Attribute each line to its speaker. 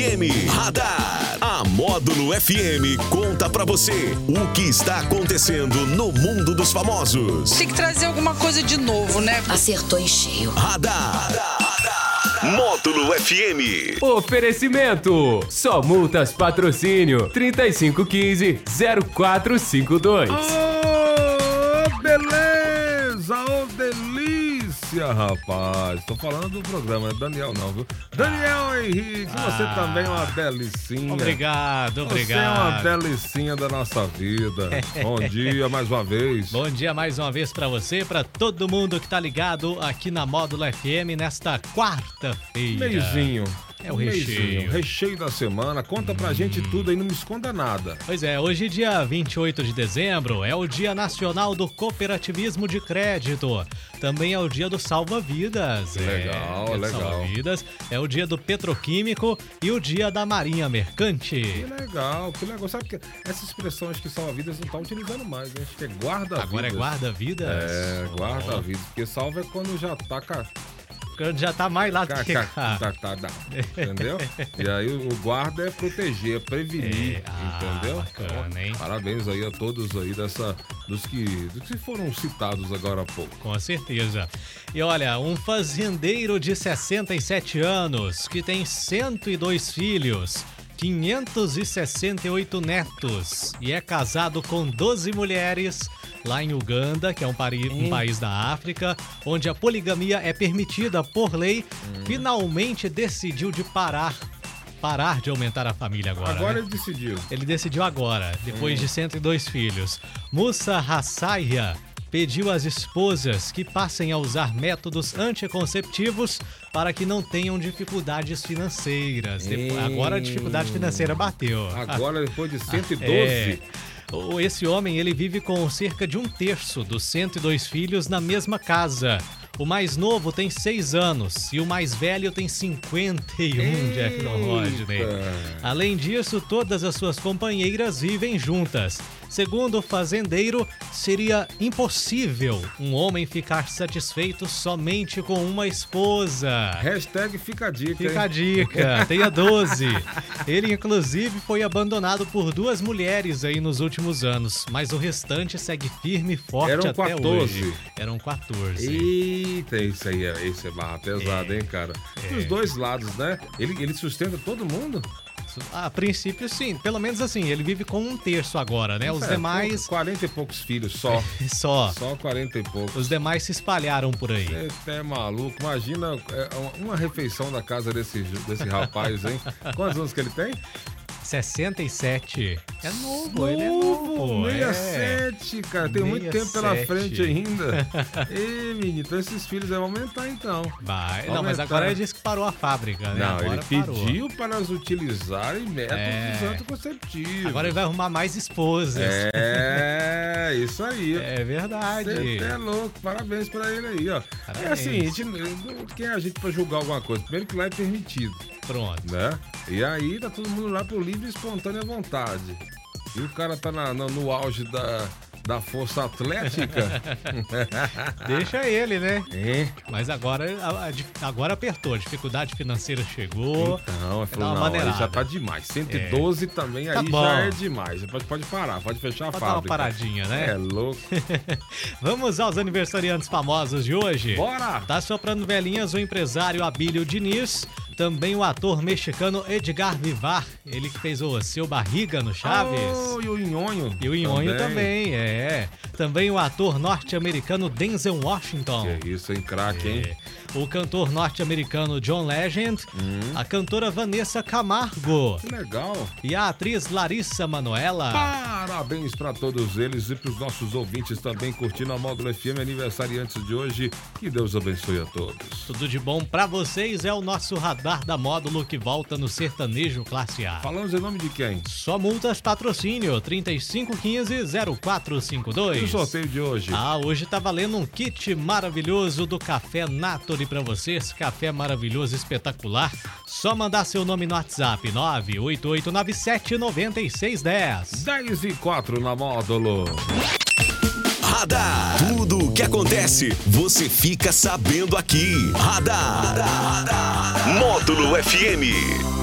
Speaker 1: FM Radar. A Módulo FM conta pra você o que está acontecendo no mundo dos famosos.
Speaker 2: Tem que trazer alguma coisa de novo, né?
Speaker 3: Acertou em cheio.
Speaker 1: Radar. Módulo FM.
Speaker 4: Oferecimento: Só Multas Patrocínio 3515-0452.
Speaker 5: Ô, beleza! Ô, delícia, rapaz! Tô falando do programa, né? Daniel não, viu? Daniel Henrique, você
Speaker 6: Ah.
Speaker 5: também é uma delicinha.
Speaker 6: Obrigado,
Speaker 5: Você é uma
Speaker 6: obrigado.
Speaker 5: delicinha da nossa vida. Bom dia mais uma vez.
Speaker 6: Bom dia mais uma vez pra você, pra todo mundo que tá ligado aqui na Módulo FM nesta quarta-feira.
Speaker 5: Meizinho.
Speaker 6: É o
Speaker 5: Meizinho.
Speaker 6: recheio. Hum.
Speaker 5: Recheio da semana. Conta pra gente tudo aí, não me esconda nada.
Speaker 6: Pois é, hoje, dia 28 de dezembro, é o Dia Nacional do Cooperativismo de Crédito. Também é o dia do Salva-Vidas. É,
Speaker 5: Legal,
Speaker 6: dia do
Speaker 5: legal.
Speaker 6: Salva-Vidas. É o dia do Petroquímico e o dia da Marinha
Speaker 5: Que
Speaker 6: Mercante.
Speaker 5: legal, que legal. Sabe que essa expressão acho que salva-vidas não tá utilizando mais, né? Acho que é guarda-vidas.
Speaker 6: Agora é guarda-vidas.
Speaker 5: É,
Speaker 6: Ó,
Speaker 5: guarda-vidas. Porque salva é quando já tá ca,
Speaker 6: Quando já tá mais lá do
Speaker 5: ca,
Speaker 6: que
Speaker 5: ca,
Speaker 6: cá.
Speaker 5: tá- tá- tá. Entendeu? E aí o guarda é proteger, é prevenir.
Speaker 6: É, ah,
Speaker 5: entendeu?
Speaker 6: bacana, hein?
Speaker 5: Parabéns aí a todos aí dessa. Dos que, dos que foram citados agora há pouco.
Speaker 6: Com certeza. E olha, um fazendeiro de 67 anos que tem 102 filhos, 568 netos e é casado com 12 mulheres lá em Uganda, que é um, pari- um país da África, onde a poligamia é permitida por lei, finalmente decidiu de parar parar de aumentar a família agora. né?
Speaker 5: Agora ele decidiu.
Speaker 6: Ele decidiu agora, depois de 102 filhos. Musa Hassaya pediu às esposas que passem a usar métodos anticonceptivos para que não tenham dificuldades financeiras. Depo-
Speaker 5: Hum.
Speaker 6: Agora a dificuldade financeira bateu.
Speaker 5: Agora, depois de 112.
Speaker 6: Ah. É. O- Esse homem ele vive com cerca de um terço dos 102 filhos na mesma casa. O mais novo tem 6 anos e o mais velho tem 51, Jeff Don Rodney. Além disso, todas as suas companheiras vivem juntas. Segundo o fazendeiro, seria impossível um homem ficar satisfeito somente com uma esposa.
Speaker 5: Hashtag fica a dica.
Speaker 6: Fica a
Speaker 5: hein?
Speaker 6: dica, tenha 12. Ele, inclusive, foi abandonado por duas mulheres aí nos últimos anos, mas o restante segue firme e forte
Speaker 5: Eram
Speaker 6: até
Speaker 5: 14.
Speaker 6: hoje. Eram 14.
Speaker 5: Eita, isso aí é, isso é barra pesada, hein, cara?
Speaker 6: É.
Speaker 5: Dos dois lados, né? Ele, ele sustenta todo mundo?
Speaker 6: A princípio, sim. Pelo menos assim, ele vive com um terço agora, né? Os
Speaker 5: É,
Speaker 6: demais,
Speaker 5: 40 e poucos filhos só.
Speaker 6: só.
Speaker 5: Só 40 e poucos.
Speaker 6: Os demais se espalharam por aí.
Speaker 5: Eita, é maluco. Imagina é, uma- uma refeição da casa desse, ju- desse rapaz, hein? Quantos anos que ele tem?
Speaker 6: 67. É novo, ele é novo. é.
Speaker 5: 67, cara. Tem muito tempo pela
Speaker 6: 67.
Speaker 5: frente ainda. Ê, menino, então esses filhos vão aumentar então.
Speaker 6: Vai. Não, mas
Speaker 5: Aumentar.
Speaker 6: agora ele disse que parou a fábrica, né?
Speaker 5: Não,
Speaker 6: agora
Speaker 5: ele
Speaker 6: parou.
Speaker 5: pediu para nós utilizarem métodos
Speaker 6: É.
Speaker 5: anticonceptivos.
Speaker 6: Agora ele vai arrumar mais esposas.
Speaker 5: É, isso aí.
Speaker 6: É verdade.
Speaker 5: Você é louco, parabéns pra ele aí, ó. É
Speaker 6: Parabéns.
Speaker 5: assim, a gente, quem é a gente pra julgar alguma coisa? Primeiro que lá é permitido,
Speaker 6: Pronto.
Speaker 5: né? E aí tá todo mundo lá por livre e espontânea vontade. E o cara tá na- na- no auge da, da força atlética. Ah.
Speaker 6: Deixa ele, né?
Speaker 5: hein?
Speaker 6: Mas agora, a- a dif- agora apertou. A dificuldade financeira chegou.
Speaker 5: Não, ele
Speaker 6: Dá uma
Speaker 5: falou, Então, não, aí
Speaker 6: maneirada. É.
Speaker 5: já tá demais. 112 também
Speaker 6: Tá
Speaker 5: aí
Speaker 6: bom.
Speaker 5: já é demais. Pode, pode parar, pode fechar a
Speaker 6: Pode dar uma
Speaker 5: fábrica.
Speaker 6: paradinha,
Speaker 5: É
Speaker 6: né?
Speaker 5: louco.
Speaker 6: Vamos aos aniversariantes famosos de hoje.
Speaker 5: Bora!
Speaker 6: Tá soprando velhinhas o empresário Abílio Diniz, também o ator mexicano Edgar Vivar, ele que fez o Seu Barriga no Chaves.
Speaker 5: Oh, e o Nhonho.
Speaker 6: Ah, E o Inhonho também. é. Também o ator norte-americano Denzel Washington.
Speaker 5: Que isso, hein? Craque, hein?
Speaker 6: É. O cantor norte-americano John Legend, a cantora Vanessa Camargo
Speaker 5: Que legal.
Speaker 6: e a atriz Larissa Manoela.
Speaker 5: Parabéns para todos eles e para os nossos ouvintes também curtindo a Módulo FM aniversariantes de hoje. Que Deus abençoe a todos.
Speaker 6: Tudo de bom pra vocês é o nosso radar da módulo que volta no sertanejo classe A.
Speaker 5: Falamos em nome de quem?
Speaker 6: Só multas patrocínio
Speaker 5: E o
Speaker 6: 3515-0452.
Speaker 5: sorteio de hoje?
Speaker 6: Ah, hoje tá valendo um kit maravilhoso do Café Natoli pra vocês. Café maravilhoso, espetacular. Só mandar seu nome no WhatsApp 988979610.
Speaker 5: 10 e 4 na Módulo.
Speaker 1: Radar. Tudo o que acontece, você fica sabendo aqui. Radar. Módulo FM.